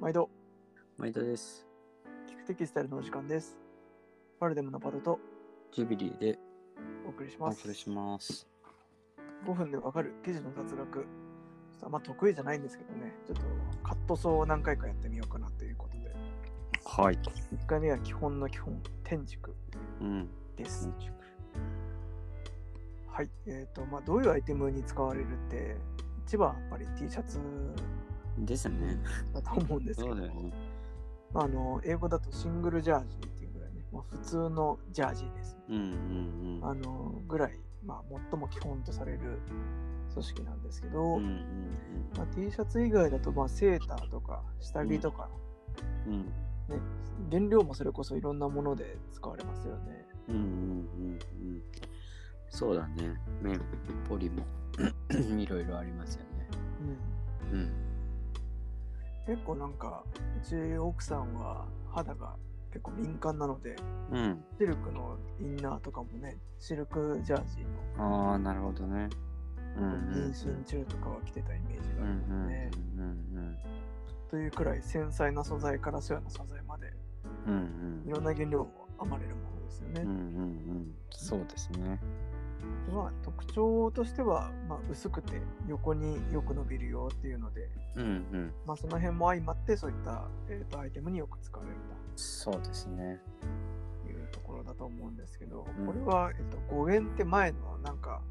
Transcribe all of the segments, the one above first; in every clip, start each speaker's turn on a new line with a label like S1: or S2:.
S1: 毎度、
S2: 毎度です。
S1: 聞くテキスタイルのお時間です。パルデムのパルと
S2: ジュビリーで
S1: お送りし
S2: お
S1: ます。
S2: 送りします。
S1: 5分でわかる記事の雑学。ちょっとあんま得意じゃないんですけどね、ちょっとカット層を何回かやってみようかなということで。
S2: はい。
S1: 1回目は基本の基本、天竺
S2: うん。
S1: です。はい。えっ、と、まあ、どういうアイテムに使われるって、一番はやっぱり T シャツ
S2: ですね。
S1: だと思うんですけど、
S2: そうだよね。
S1: まあ、あの英語だとシングルジャージっていうぐらいね、まあ、普通のジャージですね。
S2: うんうんうん。
S1: あのぐらい、まあ、最も基本とされる組織なんですけど、
S2: うん
S1: まあ、T シャツ以外だと、まあ、セーターとか下着とか、
S2: うんうん。うん
S1: ね原料もそれこそいろんなもので使われますよね。
S2: うんうんうんうん。そうだね。メポリも いろいろありますよね。
S1: うん、
S2: うん。
S1: 結構なんかうち奥さんは肌が結構敏感なので
S2: うん。
S1: シルクのインナーとかもねシルクジャージの
S2: ああ、なるほどね。うんうん
S1: 妊娠中とかは着てたイメージ
S2: う
S1: があり
S2: ん
S1: ますね。
S2: うん
S1: というくらい繊細な素材からそういうな素材まで
S2: うんうんうん
S1: いろんな原料を編まれるものですよね。
S2: うんうんうん。そうですね。
S1: まあ、特徴としては、まあ、薄くて横によく伸びるよっていうので、
S2: うんうん。
S1: まあ、その辺も相まってそういった、えー、とアイテムによく使われる
S2: そうですね。
S1: というところだと思うんですけど、
S2: うん
S1: これは、えー、と語源って前のなんか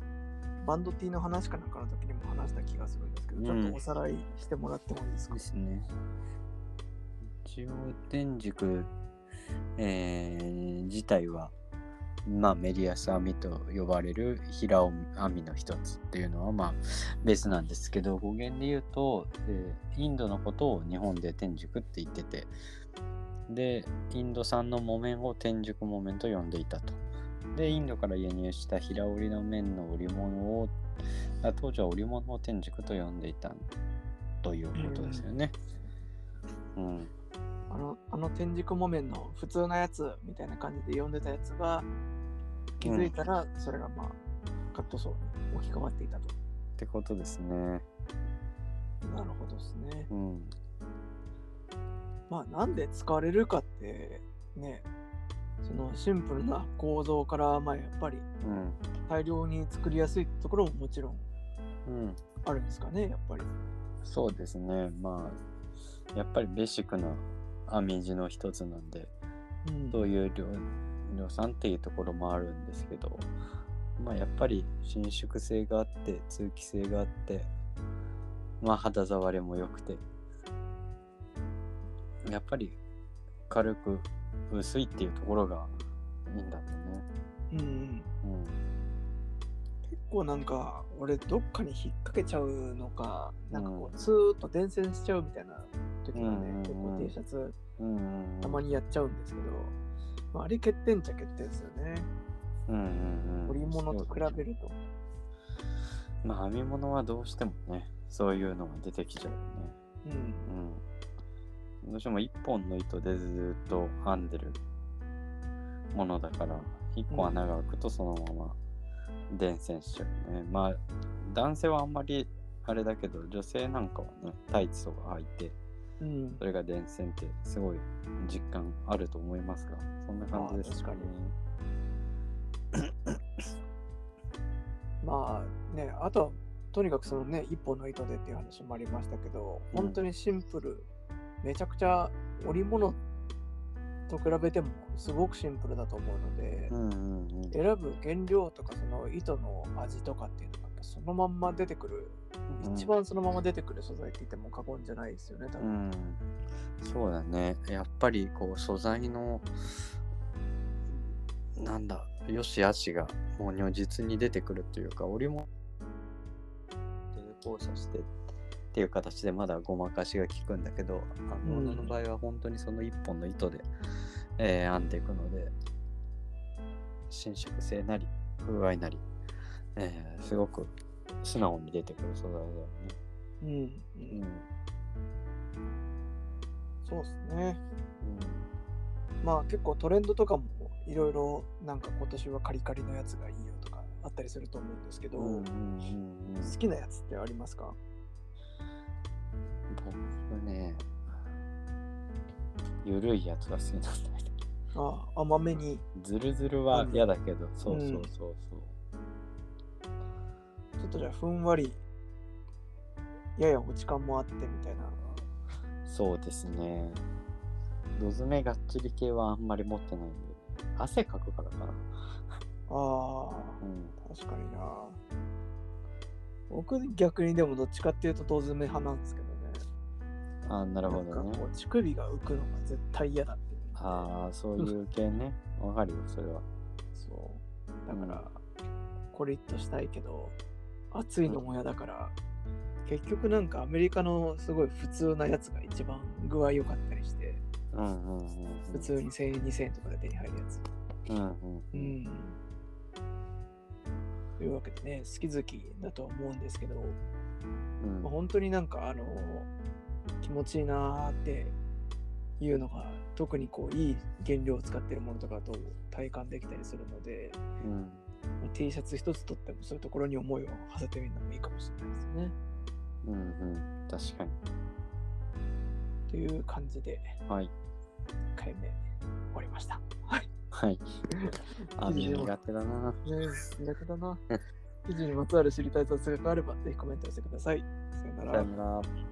S1: バンド T の話かなんかの時にも話した気がするんですけど、ちょっとおさらいしてもらってもいいですか、
S2: ですね。一応天竺、えー自体は、まあ、メリアス編みと呼ばれる平織り編みの一つっていうのは、まあ、ベースなんですけど語源で言うと、えーインドのことを日本で天竺って言っててでインド産の木綿を天竺木綿と呼んでいたと。でインドから輸入した平織りの綿の織物をあ当時は織物を天竺と呼んでいたということですよね。うん、
S1: あのあの天竺木綿の普通のやつみたいな感じで読んでたやつが気づいたらそれがまあカットソーに置き換わっていたと。
S2: ってことですね。
S1: なるほどですね。
S2: うん、
S1: まあなんで使われるかってねそのシンプルな構造からまあやっぱり
S2: うん、
S1: 大量に作りやすいところももちろん
S2: うん、
S1: あるんですかねやっぱり。
S2: そうですね。まあ、やっぱりベーシックな編み地の一つなんで、
S1: うん
S2: そういう量量産っていうところもあるんですけど、まあ、やっぱり伸縮性があって、通気性があって、まあ、肌触りも良くて、やっぱり軽く薄いっていうところがいいんだろうね。
S1: うんうん
S2: うん
S1: 結構なんか俺どっかに引っ掛けちゃうのかなんかこ
S2: う
S1: うんツーッと伝染しちゃうみたいな時が
S2: うんうんう
S1: ね
S2: ん
S1: 結構 T シャツ
S2: うんうんうん、
S1: たまにやっちゃうんですけど、まあ、あれ欠点っちゃ欠点ですよね
S2: うんうんうん、
S1: 織物と比べ
S2: る。
S1: ると。
S2: まあ編み物はどうしてもね、そういうのが出てきちゃうよね。
S1: うん
S2: うん。どうしても一本の糸でずっと編んでるものだから、一個穴が開くとそのまま伝染しちゃうね。まあ男性はあんまりあれだけど、女性なんかはね、タイツとか履いて、
S1: うん
S2: それが伝染ってすごい実感あると思いますが、そんな感じです
S1: あー確かまあねあとはとにかくそのね一本の糸でっていう話もありましたけど
S2: うん
S1: 本当にシンプル、めちゃくちゃ織物と比べてもすごくシンプルだと思うので、
S2: うんうんうん。
S1: 選ぶ原料とかその糸の味とかっていうのがやっぱそのまんま出てくる、
S2: うん
S1: 一番そのまま出てくる素材って言っても過言じゃないですよね多
S2: う
S1: 分、
S2: ん、そうだね。やっぱりこう素材のなんだ、よし悪しがもう如実に出てくるというか、織物で交差してっていう形でまだごまかしが効くんだけど、あの
S1: うん
S2: の場合は本当にその一本の糸で、えー編んでいくので、伸縮性なり、風合いなり、えーすごく素直に出てくる素材だよ
S1: うんうん
S2: ね。
S1: そうですね
S2: うんうん
S1: まあ結構トレンドとかもいろいろなんか今年はカリカリのやつがいいよとかあったりすると思うんですけど、
S2: うんうんうんうん
S1: 好きなやつってありますか
S2: 僕ね、ゆるいやつが好きなんだよね。
S1: ああ、甘めに。
S2: ずるずるは嫌だけど、そう
S1: うん
S2: そうそうそう。
S1: ちょっとじゃあふんわり、やや落ち感もあってみたいな。
S2: そうですね。ドズメがっちり系はあんまり持ってないんで、汗かくからかな。
S1: あ
S2: うん。
S1: あ、確かにな。僕逆にでもどっちかっていうと遠詰め派なんですけどね。
S2: あーなるほ
S1: な
S2: ど
S1: んか
S2: ね
S1: こ。う乳首が浮くのが絶対嫌だっていう。
S2: ああ、そういう系ね。わかるよ、それは。
S1: そう。だから、コリッとしたいけど、暑いのも嫌だから、結局なんかアメリカのすごい普通なやつが一番具合良かったりして、
S2: うんうんうんうん。
S1: 普通に1000円、2000円とかで手に入るやつ。
S2: うんう。
S1: うんん。というわけでね、好き好きだとは思うんですけど、
S2: うん
S1: まあ本当になんかあの、気持ちいいなーっていうのが、特にこう、いい原料を使ってるものとかだと体感できたりするので、
S2: うん。
S1: まあ T シャツ一つとってもそういうところに思いを馳せてみるのもいいかもしれないですね。
S2: うんうん。確かに。
S1: という感じで
S2: はい。
S1: 1回目終わりました。 はい。
S2: はい。あ、みんな苦手だな。
S1: ねえ、苦手だな。記事にまつわる知りたい雑学があればぜひコメントしてください。さよな
S2: さ
S1: ら。
S2: よなら。